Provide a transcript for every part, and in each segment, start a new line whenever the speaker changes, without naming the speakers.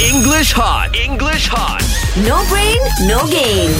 English hot. English hot.
No brain, no game.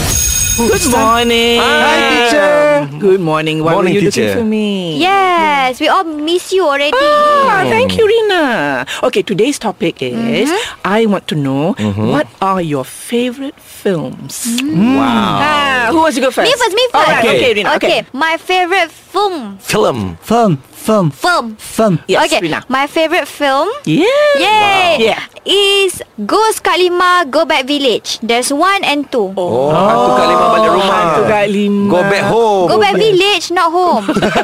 Good morning.
Hi, teacher.
Good morning. What
Morning,
were you
teacher.
looking for me?
Yes, we all miss you already.
Ah, thank you, Rina. Okay, today's topic is
Mm-hmm.
I want to know
Mm-hmm.
what are your favorite films?
Hmm. Wow.
Ah, who wants to go first?
Mm. Me first, me first.
Alright, Oh, okay, Rina. Okay.
my favorite film.
Film.
Firm, firm,
Film.
firm.
Yes,
okay,
Rina.
my favorite film.
Yeah.
Yay!
Yeah.
Is Ghost Kalima Go Back Village. There's one and two.
Oh, hantu kat lima balik rumah.
Hantu Kak Lima.
Ah. Go back home.
Go Back Village, not home.
Oh.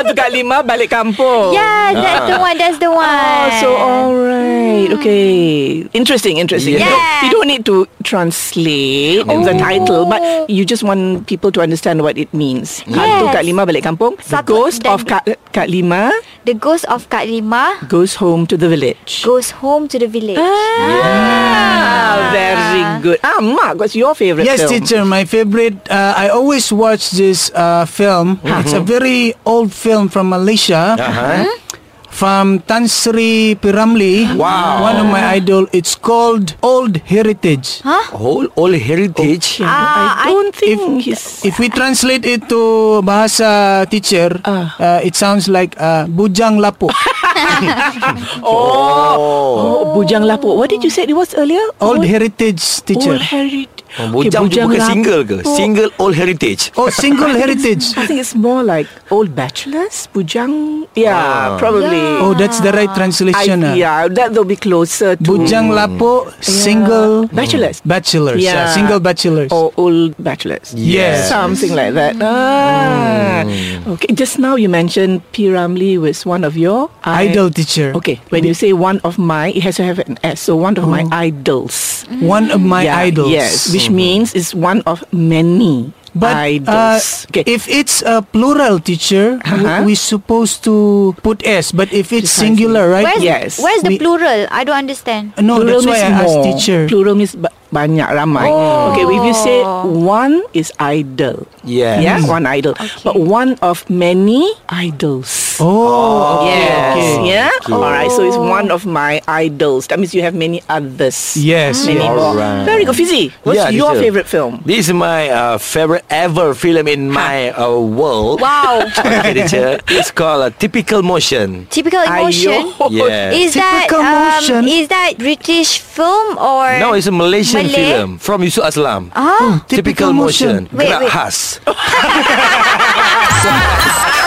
Hantu Kak Lima balik kampung.
yeah, that's the one. That's the one.
Ah. Oh, so alright. Okay. Interesting, interesting. You, don't, you
Yes.
don't need to translate the title, but you just want people to understand what it means. Hantu
Yes.
Kak Lima balik kampung.
Satu
Ghost
dan-
of Kak, Kak Lima
The Ghost of Kak Lima
goes home to the village.
goes home to the village.
Ah, very good. Ah, Mark, what's your favorite
Yes,
film?
teacher. My favorite. Uh, I always watch this uh, film.
Mm-hmm.
It's a very old film from Malaysia,
Uh-huh.
from Tan Sri Piramli.
Wow.
One of my idol. It's called Old Heritage.
Whole old heritage.
Yeah, I don't think he's...
If we translate it to bahasa teacher,
Ah.
uh, it sounds like uh, Bujang Lapo.
Oh.
Oh, Bujang Lapuk. What did you say it was earlier?
Old Heritage teacher.
Old Heritage.
Oh, Bujang Oh. tu bukan single ke? Single old heritage.
Oh, single heritage.
I think it's more like old bachelors, bujang. Yeah, probably.
Oh, that's the
I,
right
Hmm.
translation. ah.
yeah, that will be closer to
Bujang Lapo, single
bachelors
bachelors.
Yeah. Oh,
Yeah. single bachelors.
or old bachelors.
Yes.
something like that.
Mm.
Ah, okay. Just now you mentioned P Ramlee was one of your i-
Idol teacher.
Okay, when you say one of my, it has to have an S. So one of my idols.
Oh. One of my
Yeah,
idols.
Yes, which means it's one of many
But uh,
idols. okay.
if it's a plural teacher,
Uh-huh.
we, we supposed to put S. But if it's
Precisely.
singular, right?
Where's,
Yes.
where's the
We-
plural? I don't understand.
No,
Plural
that's why
means
I asked
more.
teacher. Oh.
Plural means ba- banyak ramai. Okay, if you say one is idol.
Yes.
Yeah, one idol. But one of many idols.
Oh,
Yes.
okay.
Yeah. All right. So it's one of my idols. That means you have many others.
Yes.
Many
yes.
more.
Alright.
Very good. Fizi, what's
Yeah,
your
teacher.
favorite film?
This is my uh, favorite ever film in my uh, world.
Wow.
Okay, teacher. It's called uh, Typical Motion.
Typical emotion.
Ayo.
Yeah.
Is that
Typical motion.
um, is that British film or
No, it's a Malaysian
Malay?
film from Yusuf Aslam.
Ah,
Typical, motion.
Wait,
Gerak
wait.
khas.